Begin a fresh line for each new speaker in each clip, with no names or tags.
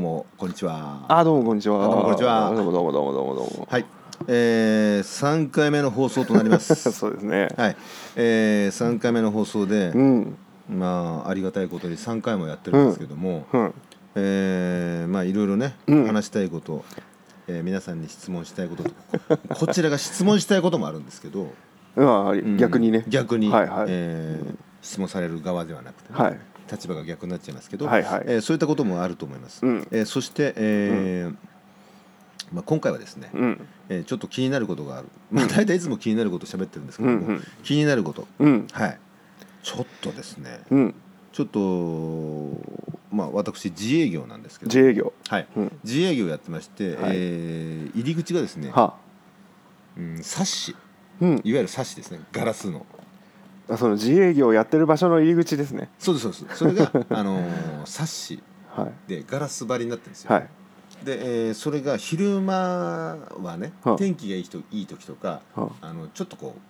もこんにちは。
あどうもこんにちは。
どうもこんにちは
どうもどうもどうもどうもどうも。
はい、えー、3回目の放送となります。
そうですね。
はい、えー、3回目の放送で、
うん
まあありがたいことに3回もやってるんですけども、
うん
えー、まあいろいろね、
うん
話したいこと、えー皆さんに質問したいことと、こ ちらが質問したいこともあるんですけど、
うんあ
うん
逆にね。
逆に、
はいはい
えー質問される側ではなくてね、
はい
立場が逆になっちゃいますけど、
はいはい
えーそういったこともあると思います。
うん
えーそして、えーまあ今回はですね。
うん
えーちょっと気になることがある、まあ、大体いつも気になること喋ってるんですけども、
うんうん
気になること、
うん
はいちょっとですね
うん
ちょっとまあ私自営業なんですけど、
自営業
はい
うん
自営業やってまして、
はい
えー入り口がですね、
は
うん、サッシ
うん
いわゆるサッシですねガラスの
あその自営業をやってる場所の入り口ですね。
そうですそうですそれ が、あのーサッシ
はい
でガラス張りになってるんですよ、
はい
で、えーそれが昼間はね
はあ
天気がいいといい時とか
は
あのちょっとこう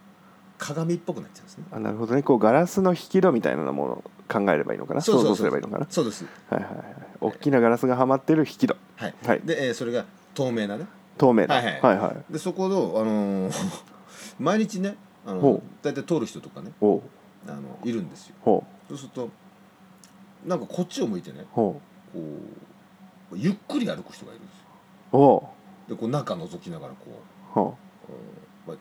鏡っぽくなっちゃうんですね
あなるほどねこうガラスの引き戸みたいなものを考えればいいのかな想像すればいいのかな。
そうです
はいはいはい。大きなガラスがはまってる引き戸
はい、
はい
で、えーそれが透明なね
透明な
はいはい
はい
でそこを、あのー 毎日ねあの
ほ
大体通る人とかね
おう
あのいるんですよ
ほう
そうするとなんかこっちを向いてね
ほ
こうゆっくり歩く人がいるんですよ
うお
でこう中覗きながらこ
うほ
う、うんま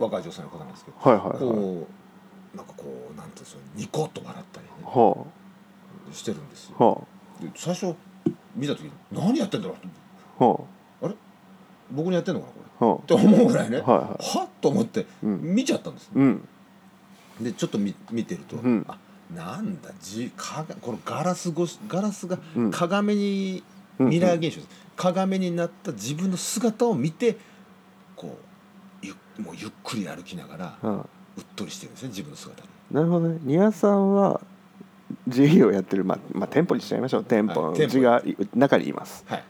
あ、若い女性の方なんですけど
うはいはいはい
こうなんかこうなんていうんですかニコッと笑ったりね
ほ
してるんです
う
よ
ほ
で最初見た時何やってんだろうと思って
うほ
僕にやってんのかなこれ
うほ
って思うぐらいね
う
は
はいはい
っと思って
うん
見ちゃったんです
うん
でちょっと見見てると、
うん
あなんだじかがこのガラス越しガラスが
うん
鏡に、
うん
ミラー現象です、鏡になった自分の姿を見てこうゆもうゆっくり歩きながら
うん
うっとりしてるんですね自分の姿に
なるほどね丹羽さんは自営業やってるまあ、まあ、店舗にしちゃいましょう店舗の
はい店
う
舗
ちがい中にいます
はい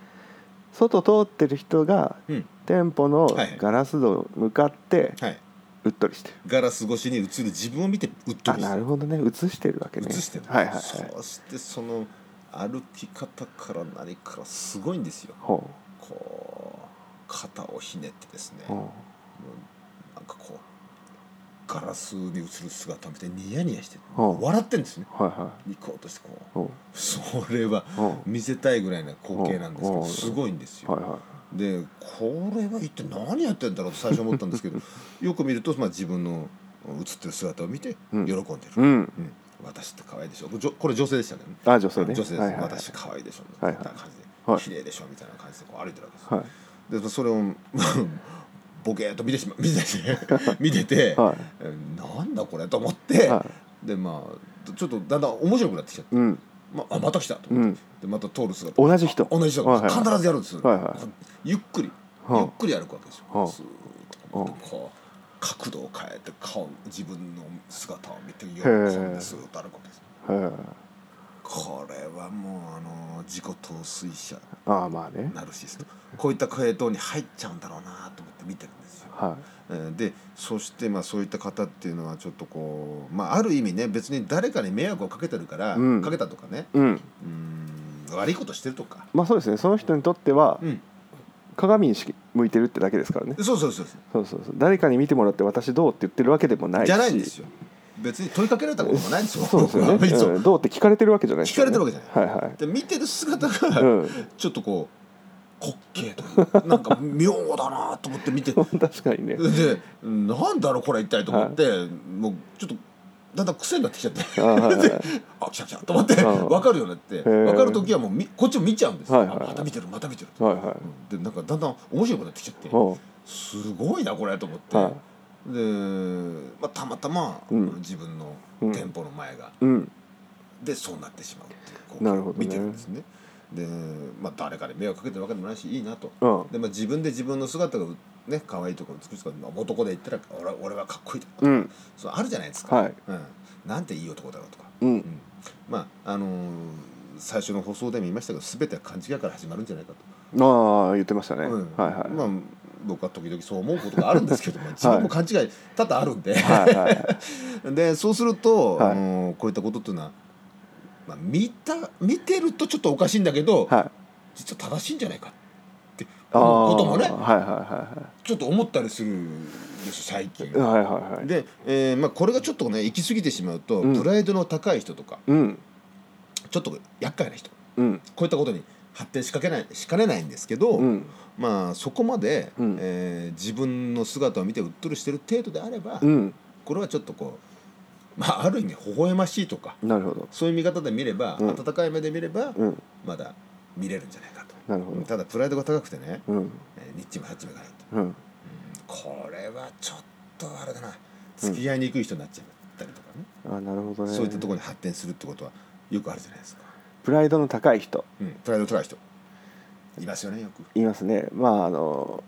外通ってる人が
うん
店舗の
はい
ガラス戸向かって
はい、
うっとりしてる、
ガラス越しに映る自分を見てうっとり
あなるほどね映してるわけね
映してる、
はいはいはい
そしてその歩き方から何からすごいんですよ
ほ
こう肩をひねってですね、
うほ
もうなんかこうガラスに映る姿を見てニヤニヤしてる
ほう
笑ってんですね
うはいはい
ニコッとしてこう
ほ
それは
うほ
見せたいぐらいな光景なんですけ
ほう
ど
ほう
すごいんです
う
よ
はいは
でこれは一体何やってんだろうと最初思ったんです けどよく見ると、まあ、自分の映ってる姿を見て喜
うん
んでる、
いうん
うん私って可愛いでしょじょこれ女性でしたけどね
あ女性ね
女性です、
はいはいはい
私可愛いでしょみた
はい
い
はい
な感じで、
はい
綺麗でしょみたいな感じでこう歩いてるわけですよ
は
でそれをボケーっと見てしま見てて 見てて、
いは
えなんだこれと思って、
いは
でまあちょっとだんだん面白くなってきちゃって
い、うん
まあ、また来たと
う
思って、
ん
でまた通る姿
同じ人
同じ人
はいはい
必ずやるんですよ、
はいはい
ゆっくり
は
ゆ
あ
っくり歩くわけですよ、
はあ
スーッとこう角度を変えて顔自分の姿を見て喜んでスーッと歩くわけです
はい
これはもうあの自己陶酔者
ああまあね
ナルシストこういった系統に入っちゃうんだろうなと思って見てるんですよ
は
えーでそしてまあそういった方っていうのはちょっとこう、まあ、ある意味ね別に誰かに迷惑をかけてるから、
うん
かけたとかね
いうん
うーん悪いことしてるとか、
まあそうですねその人にとっては
うん、
鏡にし向いてるってだけですからね
そうそうそうそ
そうそうそう誰かに見てもらって私どうって言ってるわけでもな
う
いし
じゃないんですよ別に問いかけられたこともないんですよ
そうですよね、
いつも
うんどうって聞かれてるわけじゃないですよね
聞かれてるわけ
はいは い
で見てる姿
う
が
ん、
ちょっとこう滑稽というかなんか妙だなと思って見てで
確かにね
なんだろうこれ一体と思って、もうちょっとだんだん癖になってきちゃって
あはいはい
であ来た来たと思って
うん
分かるようになって
ー
分かる時はもうみこっちも見ちゃうんですよ、
はいはいはい
また見てるまた見てる、
はいは
でなんかだんだん面白くなってきちゃって
いおう
すごいなこれと思って、
は
で、まあ、たまたま、
うん
自分の
うん
店舗の前が、
いうん
でそうなってしまうっていうこう
なるほどね
見てるんですね。でまあ、誰かに迷惑かけてるわけでもないしいいなと
うん
で、まあ、自分で自分の姿がね可愛いとか美しいとかまあ男で言ったら俺俺はかっこいいとか、
うん
そうあるじゃないですか、
はい
うん、なんていい男だろうとか、
うん
まああのー最初の放送でも言いましたけど全ては勘違いから始まるんじゃないか
ああ言ってましたね、
と、うん
はいはい、
まあ、僕は時々そう思うことがあるんです けども自分も勘違い多々あるんで、
はいはいは い
でそうすると、
はい
あのーこういったことっていうのは、まあ、見た見てるとちょっとおかしいんだけど、
は
実は正しいんじゃないかって
ああ
こともね
はいはい
ちょっと思ったりするんです最近。
はいはいはいはいはい
で、えーまあ、これがちょっとね行き過ぎてしまうと、
うん
プライドの高い人とか
うん
ちょっと厄介な人こ
うん
ういったことに発展しかけないしかねないんですけど、
うん
まあ、そこまで、
うん
えー自分の姿を見てうっとりしてる程度であれば、
うん
これはちょっとこう、まあ、ある意味微笑ましいとか
なるほど
そういう見方で見れば、
うん
温かい目で見れば、
うん
まだ見れるんじゃないかと。
なるほど
ただプライドが高くてね、
うん
えーにっちもさっちもいかないと
うん
これはちょっとあれだな付き合いにくい人になっちゃったりとかね、
あなるほどね
そういったところに発展するってことはよくあるじゃないですか、
プライドの高い人
うん、プライド高い人いますよねよく
いますねまああの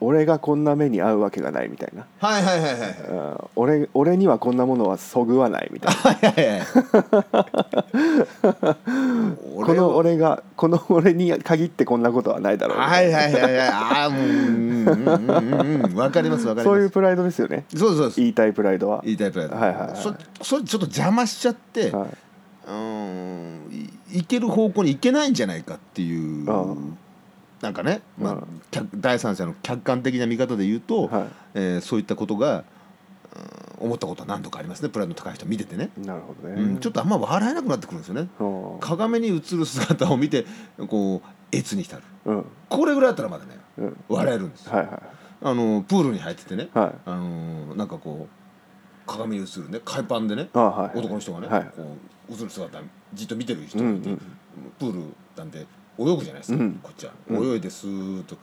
俺がこんな目に遭うわけがないみたいな、
はいはいはいはいはい
うん、俺俺にはこんなものはそぐわないみたいな
はいはいはい
こ
俺
の
を
俺がこの俺に限ってこんなことはないだろうみ
は
たい
い
な
はいはいはいああもううんうんうんうんわかりますわかります
そういうプライドですよね
そうですそうです
言いたいプライドは
言いたいプライド
はいはいはい
そそれちょっと邪魔しちゃって、
はいう
ーんいいける方向に行けないんじゃないかっていう
ああ
なんかね、まあ
ああ
客第三者の客観的な見方で言うと、
は
えーそういったことが、うん思ったことは何度かありますねプライドの高い人見ててね、
いなるほどね、
うんちょっとあんま笑えなくなってくるんですよね
うん
鏡に映る姿を見てこう越に浸る
うん
これぐらいだったらまだね
うん
笑えるんですよ
はいはい
あのプールに入っててね、
はい
あのなんかこう鏡に映るね海パンでね
あはいはい
男の人がね、
はい
こう映る姿じっと見てる人
う
が
ん
いて、
うん
プールなんで泳ぐじゃないですか、
うん
こっちは
うん
泳いですーっと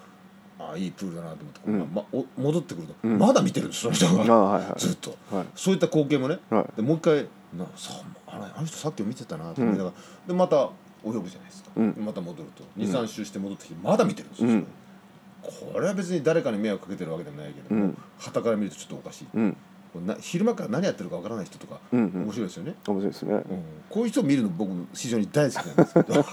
ああいいプールだなと思って、
うん
まお戻ってくると、
うん
まだ見てるんですその人
あ
が、
はいはい
ずっと
はい
そういった光景もね、
は
でもう一回なさあのあの人さっきも見てたなと思いながら、でまた泳ぐじゃないですか、
うん
また戻ると23周して戻ってきてまだ見てるんですよ、
うん
これは別に誰かに迷惑かけてるわけでもないけど
う
も
ん
はた、から見るとちょっとおかしい、
うん
これな昼間から何やってるかわからない人とか、
うんうん
面白いですよね、
面白いですね
うんこういう人を見るの僕非常に大好きなんですけ ど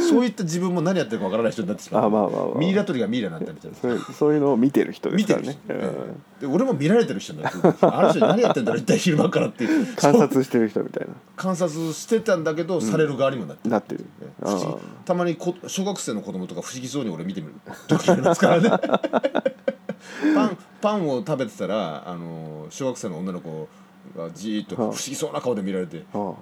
そういった自分も何やってるかわからない人になってしまう
あまあまあまあ
ミイラ取りがミイラになったみたいな
そういうそういうのを見てる人で
見
す
て
から
る人、
ね、
え
うん
えで俺も見られてる人になってるあの人何やってんだろう一 体昼間からっていう
観
そう
察してる人みたいな
観察してたんだけど、される側にもなってる
なってる
ええ
あ
不思議たまにこ小学生の子供とか不思議そうに俺見てみる時あります からねパンパンを食べてたらあの小学生の女の子がじーっと不思議そうな顔で見られて
あ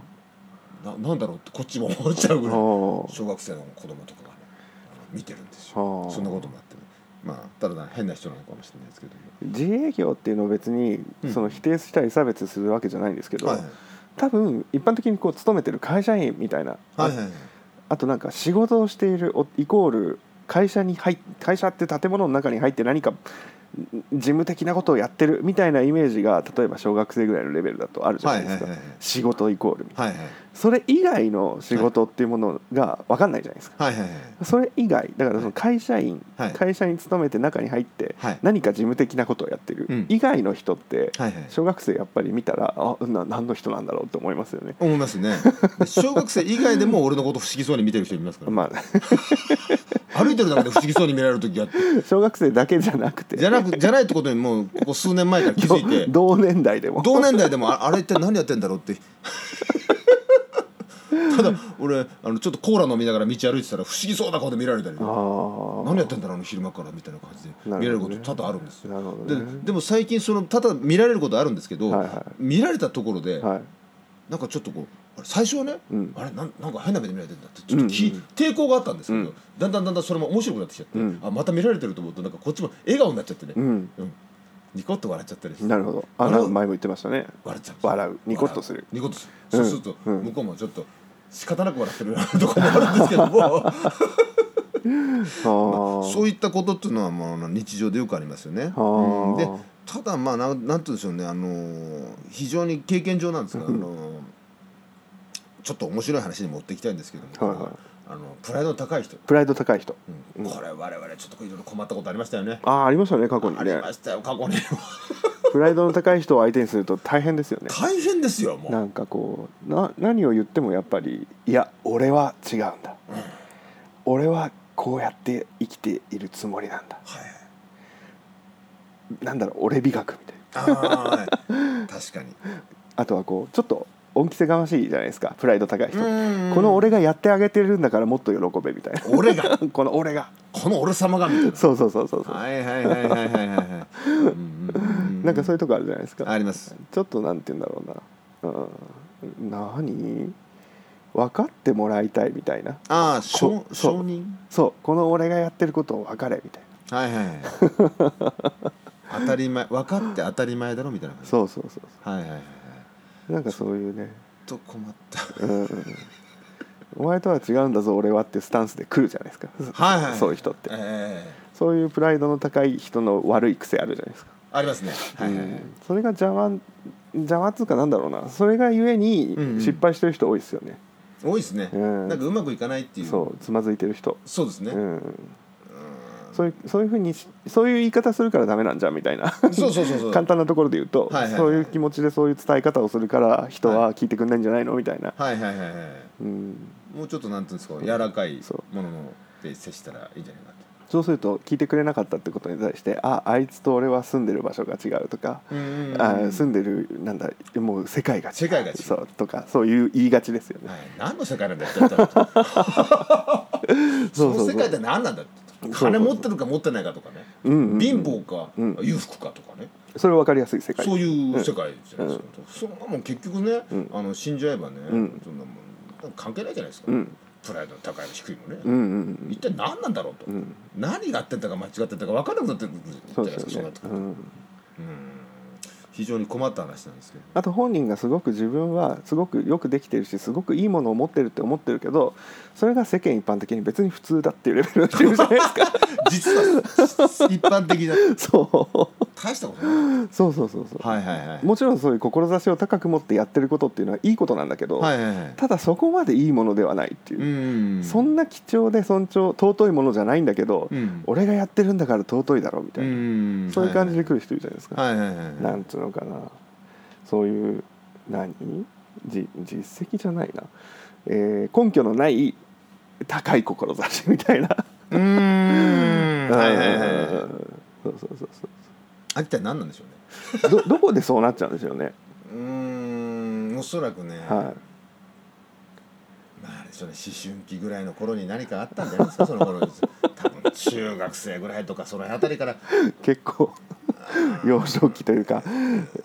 あ
ななんだろうってこっちも思っちゃうぐらい
あ
小学生の子供とかが、ね、あの見てるんです
あ
よ
ー
そんなこともあってねまあただ変な人なのかもしれないですけども
自営業っていうのを別に
うん
その否定したり差別するわけじゃないんですけど、
はいはい
多分一般的にこう勤めてる会社員みたいな、
はいはいはい
あとなんか仕事をしているおイコール会社に入っ会社って建物の中に入って何かん事務的なことをやってるみたいなイメージが例えば小学生ぐらいのレベルだとあるじゃないですか、
はいはいはいはい
仕事イコールみたいな
はいはい
それ以外の仕事っていうものが分かんないじゃないですか
はいはいはい
それ以外だからその会社員、
はい
会社に勤めて中に入って
はい
何か事務的なことをやってる、
うん
以外の人って
はいはい
小学生やっぱり見たらあな何の人なんだろうって思いますよね
思いますねで小学生以外でも俺のこと不思議そうに見てる人いますから、
まあ
歩いてるだけで不思議そうに見られる時があって
小学生だけじゃなくて
じゃなく じゃないってことにもうここ数年前から気づいて
同年代でも
同年代でもああれって何やってんだろうって ただ俺あのちょっとコーラ飲みながら道歩いてたら不思議そうな顔で見られたりね
あ
何やってんだろうあの昼間からみたいな感じで
なるほど
見られる
ね
こと多々あるんです
あ
よ、
なるほ
で
どね
でも最近その多々見られることあるんですけど、
はいはい
見られたところで、
はい
なんかちょっとこうあれ最初はね、
うん
あれなんなんか変な目で見られてんだってちょっと
う
き、
んうん
抵抗があったんですけど、
うん
だんだんだんだんそれも面白くなってきちゃって、
うん
あまた見られてると思うとなんかこっちも笑顔になっちゃってね、
うん
うんニコッと笑っちゃったりして
なるほどあ
あれ
な前も言ってましたね
笑っちゃうんですよ
笑うニコッとする
ニコッとするそ
うん
うすると
うん
向こうもちょっと仕方なく笑ってるようなとこもあるんですけども
あ
そ
ー
ういったことっていうのはまあ日常でよくありますよね。
あー
うんでただまあなんなんて言うんでしょうねあのー非常に経験上なんですが、あのーちょっと面白い話に持っていきたいんですけども、
はいはい
あのプライドの高い人、
プライド高い人
うんこれ我々ちょっといろいろ困ったことありましたよね。
ああありましたよね過去に
あり
ね
ましたよ過去に
プライドの高い人を相手にすると大変ですよね
大変ですよもう。
なんかこうな何を言ってもやっぱりいや俺は違うんだ、俺はこうやって生きているつもりなんだ
はいはい
なんだろう俺美学みたいな
あーはい確かに。
あとはこうちょっと恩着せがましいじゃないですかプライド高い人
う
こ
ん
の俺がやってあげてるんだからもっと喜べみたい
俺が
なこの俺が
この俺様がみたいな
そうそうそうそうそう
はいはいはいはいはいはいはいうんうんうん
なんかそういうとこあるじゃないですか
あります
ちょっとなんて言うんだろうな、うん、何分かってもらいたいみたいな
ああ承
こそう
承認
そうこの俺がやってることを分かれみたいな
はいはいはい 当たり前分かって当たり前だろみたいな感じ
そうそうそう
はいはいはいはい
そうなんかそういうね、
ちょっと困 った
うんうん、お前とは違うんだぞ俺はってスタンスで来るじゃないですか、
はいはい
そういう人って
ええ
そういうプライドの高い人の悪い癖あるじゃないですか、
ありますねはいはいは
う
い
んそれが邪魔邪魔っつうかなんだろうなそれがゆえに
うんうん
失敗してる人多いですよね、
多いですね
うん
なんかうまくいかないっていう
そうつまずいてる人、
そうですね
うん、そういうそういうふうにしそういう言い方するからダメなんじゃんみたいな
そうそうそうそう
簡単なところで言うと、
はいはいはい
そういう気持ちでそういう伝え方をするから人
は
は聞いてくんないんじゃないのみたいな、
はいはいはいはい
うん、
もうちょっとなんていうんですか柔らかい
そ
ものので接したらいいんじゃないかと
そうすると聞いてくれなかったってことに対してああいつと俺は住んでる場所が違うとか、
うん
あ住んでるなんだもう世界が違う
世界が違う
そうとかそういう言いがちですよね
はい、何の世界なんだよって言ったらその世界って何なんだって言ったら金持ってるか持ってないかとかね
うんうんうん
貧乏か
うん
裕福かとかね
それ分かりやすい世界
そういう世界じゃないですかそんなもん結局ねあの死んじゃえばね
ん
そんなもん関係ないじゃないですか
うん
プライドの高いも低いも
うん
ね
うんうん
一体何なんだろうと
ん
何があってんだか間違ってんだか分からなくなってくるじゃ
そう
ない
で
ですか
す
そう
よ
な
ね
ってく
う
ると
ん
非常に困った話なんですけど
あと本人がすごく自分はすごくよくできてるしすごくいいものを持ってるって思ってるけどそれが世間一般的に別に普通だっていうレベルの人いるじゃないですか
実は一般的だ
そう
大したことない
そうそうそうそう、
はいはいはい
もちろんそういう志を高く持ってやってることっていうのはいいことなんだけど、
はいはいはい
ただそこまでいいものではないっていうう、
ん
そんな貴重で尊重尊いものじゃないんだけど、
うん
俺がやってるんだから尊いだろみたいな、
ん
そういう感じで来る人いるじゃないですか、
はいはいはいはい
なんつうのかなそういう何じ実績じゃないな、えー根拠のない高い志みたいな
うーんはいはいはいはい
そうそうそうそう
あれって何なんでしょうね
どどこでそうなっちゃうんでしょうね、
うーんおそらくね、
は
まああれでしょうね思春期ぐらいの頃に何かあったんじゃないです かその頃です多分中学生ぐらいとかその辺り から
い、結構幼少期というか、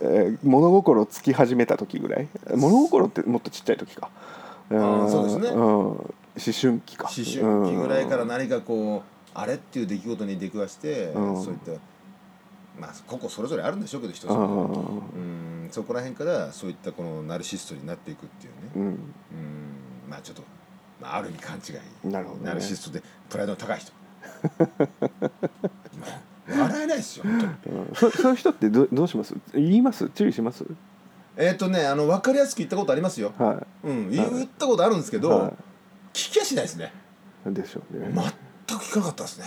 えー物心つき始めた時ぐらい物心ってもっとちっちゃい時か
ー
ん
そうですね
ん思春期か
思春期ぐらいから
うん
何かこうあれっていう出来事に出くわして、
うん
そういったまあ個々それぞれあるんでしょうけど人
う
それぞれ
んうん
うーんそこら辺からそういったこのナルシストになっていくっていうね
うん
うーんまあちょっと、まあ、ある意味勘違い
なるほどね
ナルシストでプライドの高い人 もう笑えないですよ本当に
うんそ そういう人ってどどうします言います注意します
えっ、とねあの分かりやすく言ったことありますよ、
は
うん、言言ったことあるんですけ
い
ど、
は
聞きやしないですね
いでしょうね、
全く聞かなかったですね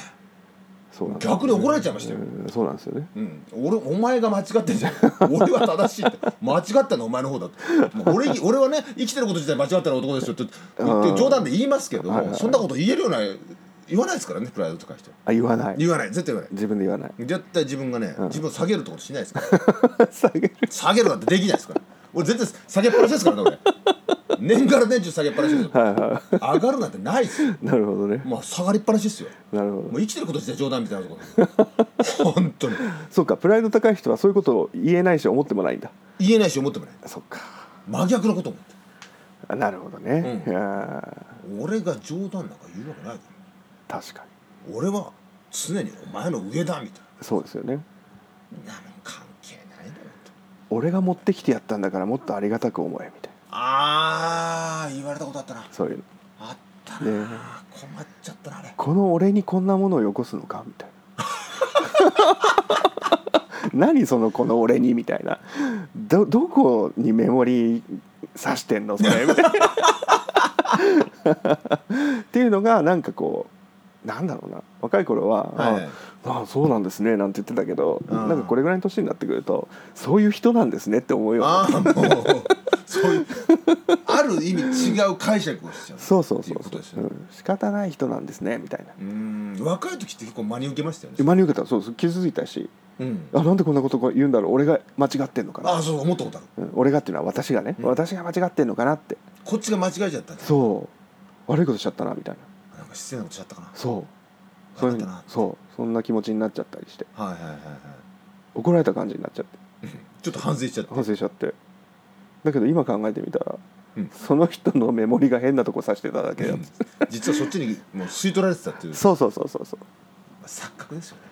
そうなんです
逆に怒られちゃいましたよ、
うんそうなんですよね
うん、俺お前が間違ってんじゃん 俺は正しいって間違ったのはお前の方だってもう俺に俺はね生きてること自体間違ってる男ですよって言って
うん
冗談で言いますけど
はいはいはい
そんなこと言えるような言わないですからねプライドとか人
あ言わない
言わない絶対言わない
自分で言わない
絶対自分がね、自分を下げるってことしないですから
下げる
下げるなんてできないですから俺全然下げっぱなしですからね俺年から年中下げっぱなしですよ
はいは
上がるなんてないですよ
いなるほどね
まあ下がりっぱなしですよ
なるほ
も
ど
う生きてること自体冗談みたいなところ本当に
そうかプライド高い人はそういうことを言えないし思ってもないんだ
言えないし思ってもない
そっか
真逆のこと思って
あなるほどね、
うん
いや
俺が冗談なんか言うわけないだ
ー確かに
ろ俺は常にお前の上だみたい
そうですよね
ななの関係ないだろと
俺が持ってきてやったんだからもっとありがたく思えみたい
あー言われたことあったな
なそういうの
あったな、
ね
困っちゃったなあれ
この俺にこんなものをよこすのかみたいな 何そのこの俺にみたいなどどこにメモリー刺してんのそれみたいなっていうのがなんかこうなんだろうな若い頃は、
はいはい
ああそうなんですねなんて言ってたけど、
うん
なんかこれぐらいの年になってくるとそういう人なんですねって思うようにな
ああもうそういうある意味違う解釈をしちゃう
そうそう
ってい
そうう
ことです
う
よね
ん、仕方ない人なんですねみたいな
うーん若い時って結構真に受けましたよね
真に受けたらそうです気づいたし
うん
あなんでこんなこと言うんだろう俺が間違ってんのかな
ああそう思ったことある
うん俺がっていうのは私がね、
うん
私が間違ってんのかなって
こっちが間違えちゃったんだ
そう悪いことしちゃったなみたいな
なんか失礼なことしちゃったかな
そう
悪か
う
っ
い
た
うふうに
な
そうそんな気持ちになっちゃったりして
はいはいはいはい
怒られた感じになっちゃって
ちょっと反省しちゃった
反省しちゃってだけど今考えてみたら、
うん
その人のメモリが変なとこ指してただけだ、
うん実はそっちにもう吸い取られてたっていう
そうそうそうそうそ
錯覚ですよね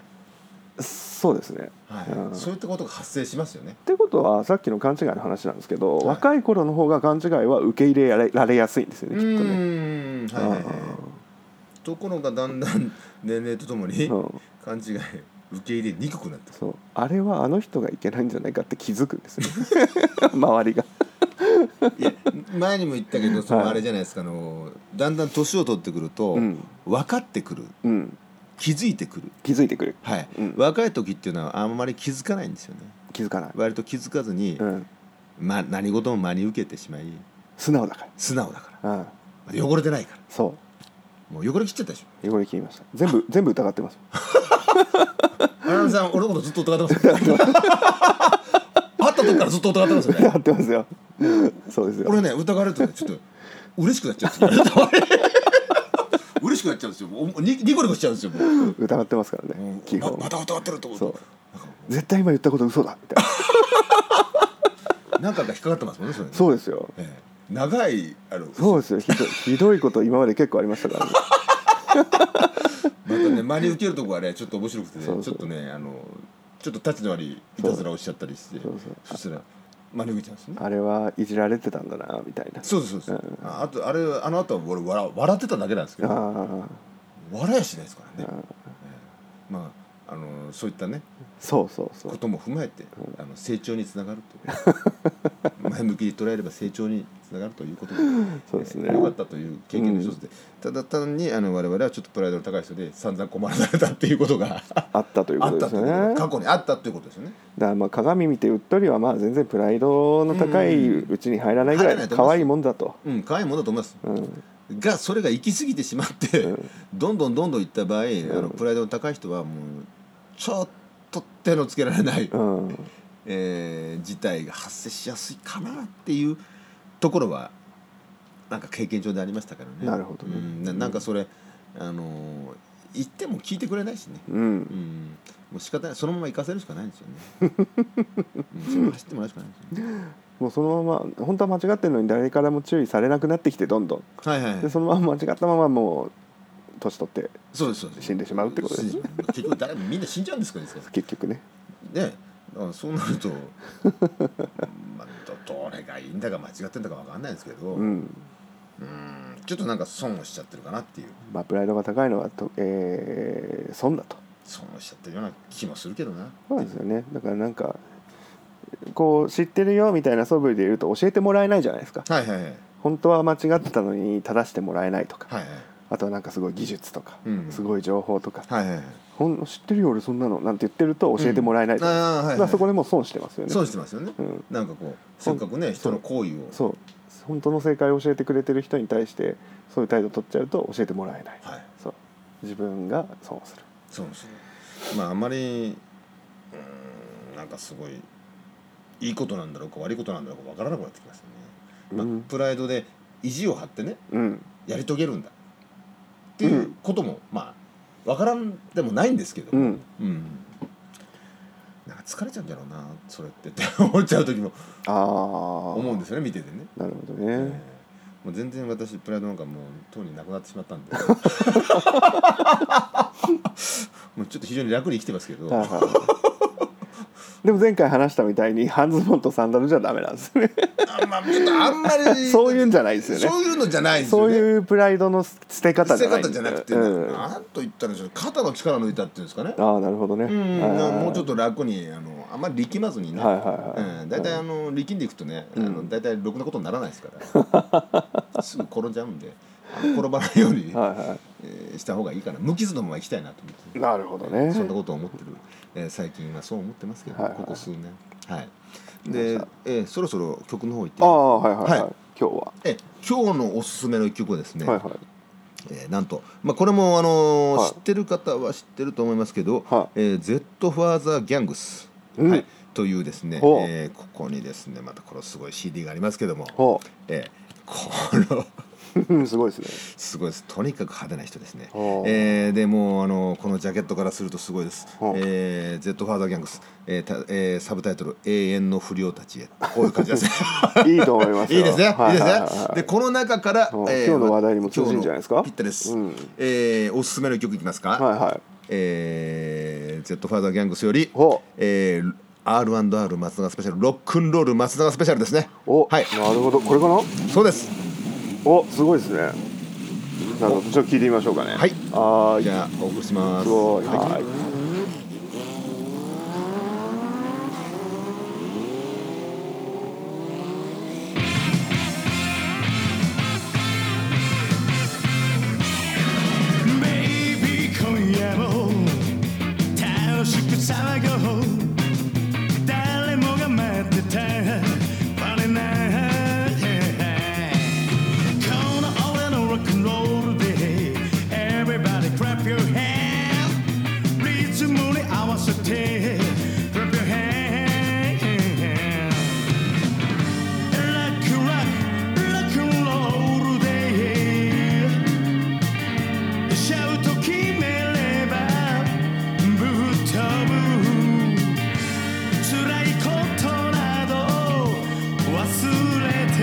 うそうですね
はい、
うん
そういったことが発生しますよね
ってことはさっきの勘違いの話なんですけど、
はい
若い頃の方が勘違いは受け入れられられやすいんですよねきっとね。
うーんはいはいはいところがだんだん年齢とともに
うんうん
勘違い受け入れにくくなった
そうあれはあの人がいけないんじゃないかって気づく んですよ周りが。
いや前にも言ったけどその
はい
あれじゃないですか、あのだんだん年を取ってくると、
うん
分かってくる
うん、
気づいてくる
気づいてくる
はい、
うん
若い時っていうのはあんまり気づかないんですよね
気づかない、
割と気づかずに、
うん、
まあ、何事も真に受けてしまい
素直だか
素直だから
うん
ら汚れてないから
そ
もう汚れ切っちゃったでしょ
う汚れ切りました 全部全部疑ってます
荒波さん俺のことずっと疑ってますよ 会った時からずっと疑ってますよね
疑ってますよそうですよ
俺ね疑われるとねちょっと嬉しくなっちゃうんですよ 嬉しくなっちゃうんですよもうニニコニコしちゃうんですよもう
疑ってますから
も
ね
う
基
ま
本
また疑ってると思
そうう絶対今言ったこと嘘だみたいな
何回か引っかかってますもんねそれね
そうですよ
ええ長いあの
そうですよひどいひどいこと今まで結構ありましたからね
またね真に受けるとこはねちょっと面白くてね
そうそう
ちょっとねあのちょっと立ちの悪いいたずらをしちゃったりして
そうそう
そしたら真に受けちゃうんですね
あれはいじられてたんだなみたいな
そうですそうです、
うん
ああとあれあの後は俺笑笑ってただけなんですけど
あ
笑いやしないですからね、
あ
まああのそういったね
そうそうそ
こ
う
とも踏まえて、あの成長につながると いう前向きに捉えれば成長につながるということで
そうですね
えー良かったという経験の一つで、ただ単にあの我々はちょっとプライドの高い人で散々困らされたっていうことが
あったというこ
あ
と
っ
で
た
す
という
よね
こと過
だか
去にあったということですよね
らまあ鏡見てうっとりはまあ全然プライドの高いうちに入らないぐら
入らない
い
と思います
可愛いもんだと、
うん可愛いものだと思います、
うん、
がそれが行き過ぎてしまって、どんどんどんどんいった場合、あの
うん
プライドの高い人はもうちょっと手のつけられない、
うん、
えー事態が発生しやすいかなっていうところはなんか経験上でありましたからね。
なるほどね
うんななんかそれ、あのー言っても聞いてくれないしね。
うん
うん、もう仕方ないそのまま行かせるしかないんですよね。うん、そのまま走ってもらうしかないんですよね。
もうそのまま本当は間違ってるのに誰からも注意されなくなってきてどんどん
はいはいは
で
い。
そのまま間違ったままもう年取って
そうですそうです。
死んでしまうってことですね
死んしまう結局誰もみんな死んじゃうんですからね。
結局ね
ね、だからそうなると、まあ、どどれがいいんだか間違ってんだかわかんないんですけど、
う
うん、
ん
ちょっとなんか損をしちゃってるかなっていう。
まあプライドが高いのはと、えー損だと
損をしちゃってるような気もするけどな
そうなんですよねだからなんかこう知ってるよみたいな素振りで言うと教えてもらえないじゃないですか
はいはいはい
本当は間違ってたのに正してもらえないとか
はい
あとはなんかすごい技術とか、
うん
すごい情報とか
はいはいはい
ほん知ってるよ俺そんなのなんて言ってると教えてもらえないとか、
ああはい、
ま
は
あ
い、
そこでもう損してますよね
損してますよね、
うん
なんかこうせっかくね人の行為を
そう本当の正解を教えてくれてる人に対してそういう態度を取っちゃうと教えてもらえない、
はい
そう自分が損をする
損するまああまりうーんなんかすごいいいことなんだろうか悪いことなんだろうかわからなくなってきますよね、まあ
うん
プライドで意地を張ってね
うん
やり遂げるんだっていうことも、まあわからんでもないんですけど、
うん
うんなんか疲れちゃうんだろうなそれって って思っちゃう時も
ああ
思うんですよね見ててね、
なるほど
え
ね、
えもう全然私プライドなんかもうとうになくなってしまった んでもうちょっと非常に楽に生きてますけど
はいはいでも前回話したみたいに半ズボンとサンダルじゃダメなんですね
あ,、まあ、ちょっとあんまり
そういうんじゃないですよね
そういうのじゃないです
そ
よ
う
ねう
いうプライドの捨て方じ
捨
ゃ
て方
ない
じゃなくて、
うん、あ
なんと言ったらいいんでしょう肩の力抜いたっていうんですかね
あなるほどね、
うん
あー
もうちょっと楽にあのあんまり力まずにね、
はいはいはい、
うん、大体あの力んでいくとね、あの大体ろくなことにならないですから すぐ転んじゃうんであの転ばないように、
はいは
えーした方がいいかな無傷のまま行きたいなと思って
い、なるほどね
そんなことを思ってる、えー最近はそう思ってますけど、
はいはい
ここ数年はいで、えーそろそろ曲の方行って
ああはいはいはい、
はい
今日は
えー今日のおすすめの一曲はですね、
はいはい
えーなんと、まあ、これも、あのー
はい
知ってる方は知ってると思いますけど、
は
え
い
ーゼットファーザー・ギャングス、
うん
はい、というですね、
ほう
えーここにですねまたこのすごい CD がありますけども、
ほ
えーこの
うすごいです
すごいですとにかく派手な人ですね
ほ、う
えーでもう、あのーこのジャケットからするとすごいです
ほう
「えーゼットファーザー・ギャングス、えーたえーサブタイトル「永遠の不良たちへ」こういう感じですね。
ねいいと思います
い
よ
いですね、
はい
いです
は
ね
いはい
でこの中から、
うん今日の話題にも通じるん
今日
じゃないですか
のぴったりです、
うん
えーおすすめの曲いきますか、
はいはい
えー、Z ファーザーギャングスより、
ほう
えー、R&R 松永スペシャルロックンロール松永スペシャルですね
お、
はい
なるほどこれかな
そうです
おすごいですねなるほどちょっと聞いてみましょうかね
はい
あ
じ
ー
ゃあお送りします
すごい
は
はい
「ベイビー今夜も楽しく騒ごう」「誰もが待ってた我ない」「この俺のロックンロールで Everybody clap your hands」「リズムに合わせて clap your hands」「ラックラックロックンロールで」シャウト決めればぶっ飛ぶ辛いことなど忘れて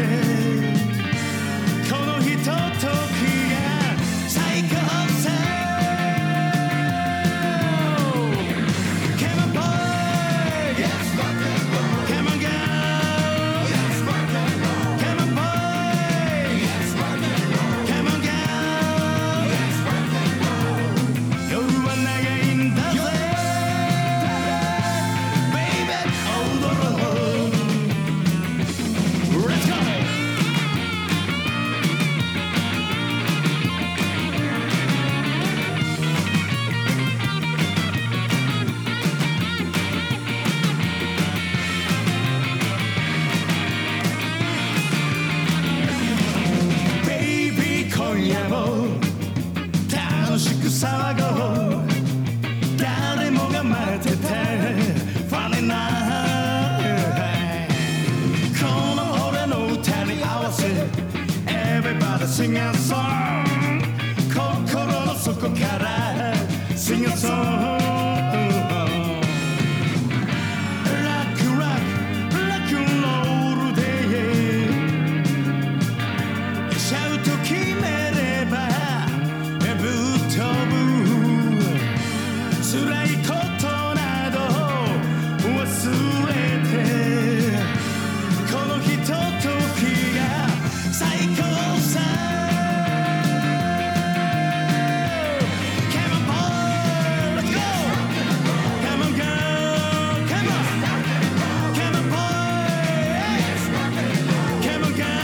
このひとときが最高さ Come on boy Come on girl Come on boy Come on girl 夜は長いんだぜ Baby 踊ろう Let's go! ベイビー今夜も楽しく騒ごう誰もが待っててファレないこの俺の歌に合わせ Everybody sing a song 心の底から Sing a song ラックラックラックロールでシャウト決めればぶっ飛ぶ辛いことなど忘れてこのひとときが最高さ Come on boy, let's go Come on girl, come on Come on boy, come on girl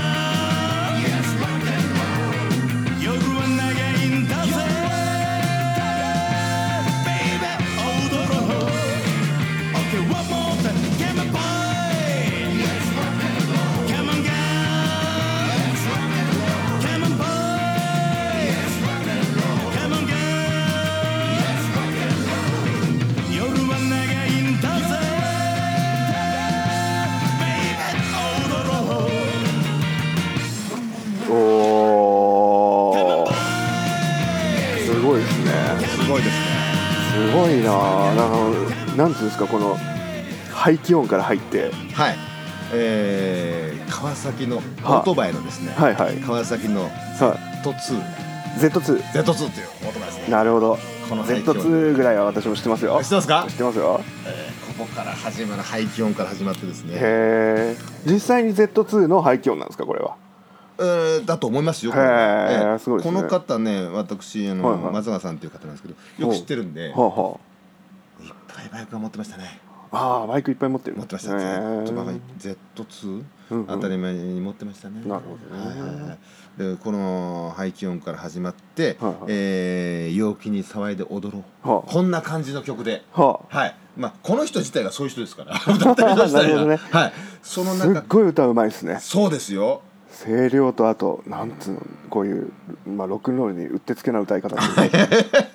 夜は長いんだぜ Baby 踊ろう OK one more time Come on boy Come on girl Come on boy Come on girl 夜は長いんだぜ Baby 踊ろう
おーすごいですね
いすごいですね
すごいなあなんかなんていうんですかこの排気音から入って
はいえー、川崎のオートバイのですね、
はいはい
川崎の
は
Z2Z2
い Z2
っていうオートバイですね
なるほど
この排気音
Z2 ぐらいは私も知ってますよ
知ってますか
知ってますよ
ここから始まる排気音から始まってですね、
へえ実際に Z2 の排気音なんですかこれは
えー、だと思いますよ、
へ
これ
ー
ええ
すごいです
こ
ね
の方ね私あの、
はいはい
松永さんっていう方なんですけどよく知ってるんでいっ
ほうほう
ぱいバイクが持ってましたね
ああバイクいっぱい持ってる
持ってました
へ
ね
え
Z2、
うんうん
当たり前に持ってましたね
なるほどね
はいはいはい、でこの排気音から始まって、
はいはい
えー陽気に騒いで踊ろう、
はあ
こんな感じの曲で、
はあ
はいまあ、この人自体が そういう人ですから歌ってる人自体が
なるほどね
はい、その
すっ
中
ごい歌うまいですね
そうですよ。
声量とあとなんつうのこういう、まあ、ロックンロールにうってつけな歌い方っ てい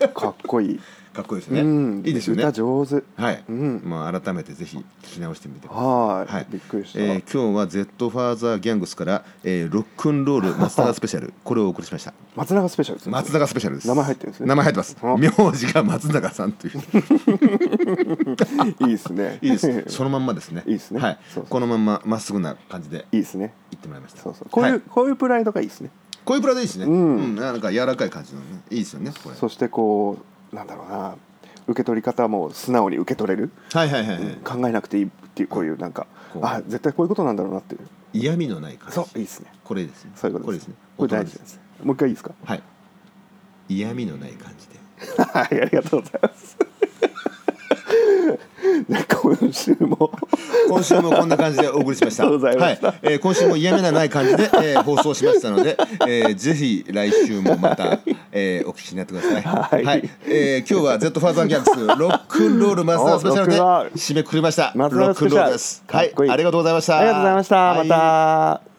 うかかっこいい、
かっこいいです
う
ね、
ん、
いいですよね
歌上手
はい、
うん
まあ改めてぜひ聞き直してみてください
はーい
はい
びっくりした、
えー今日は Z ファーザーギャングスから、えーロックンロ ールマスタースペシャルこれをお送りしました
松永スペシャルですね
松永スペシャルです
名前入ってるんですね
名前入ってます
あ
名字が松永さん という
いいですね
いいですそのまんまですね
いいですね
はい
そうそう
このまんままっすぐな感じで
いいですね
行ってもらいました
そうそうこういう、
はい
こういうプライドがいいですね
こういうプラでいいですね、
ん
うんなんか柔らかい感じのねいいですよねこれ
そしてこうなんだろうな受け取り方も素直に受け取れる、
はいはいはいはい、
考えなくていいっていうこういうなんか
こう
あ絶対こういうことなんだろうなっていう
嫌味のない感じ
そういいですね
これですね
そういうことです
ね
これ大事ですもう一回いいですか
はい嫌味のない感じで
はいありがとうございます なんか今週も
今週もこんな感じでお送りしました。
ありがとうございました
はい、えー今週も嫌味のない感じで、えー放送しましたので、えーぜひ来週もまた、えーお聞きになってください。
はい
えー今日は Z ファーザーギャングスロックンロールマスタースペシャルで
おロックンロール
締めくくりました。ロ
松永
ッ
ス
クン
ペシ
ロ
ャ
ー
ル
ルです。はい
かっこいい
ありがとうございました。
ありがとうございました、
はい
また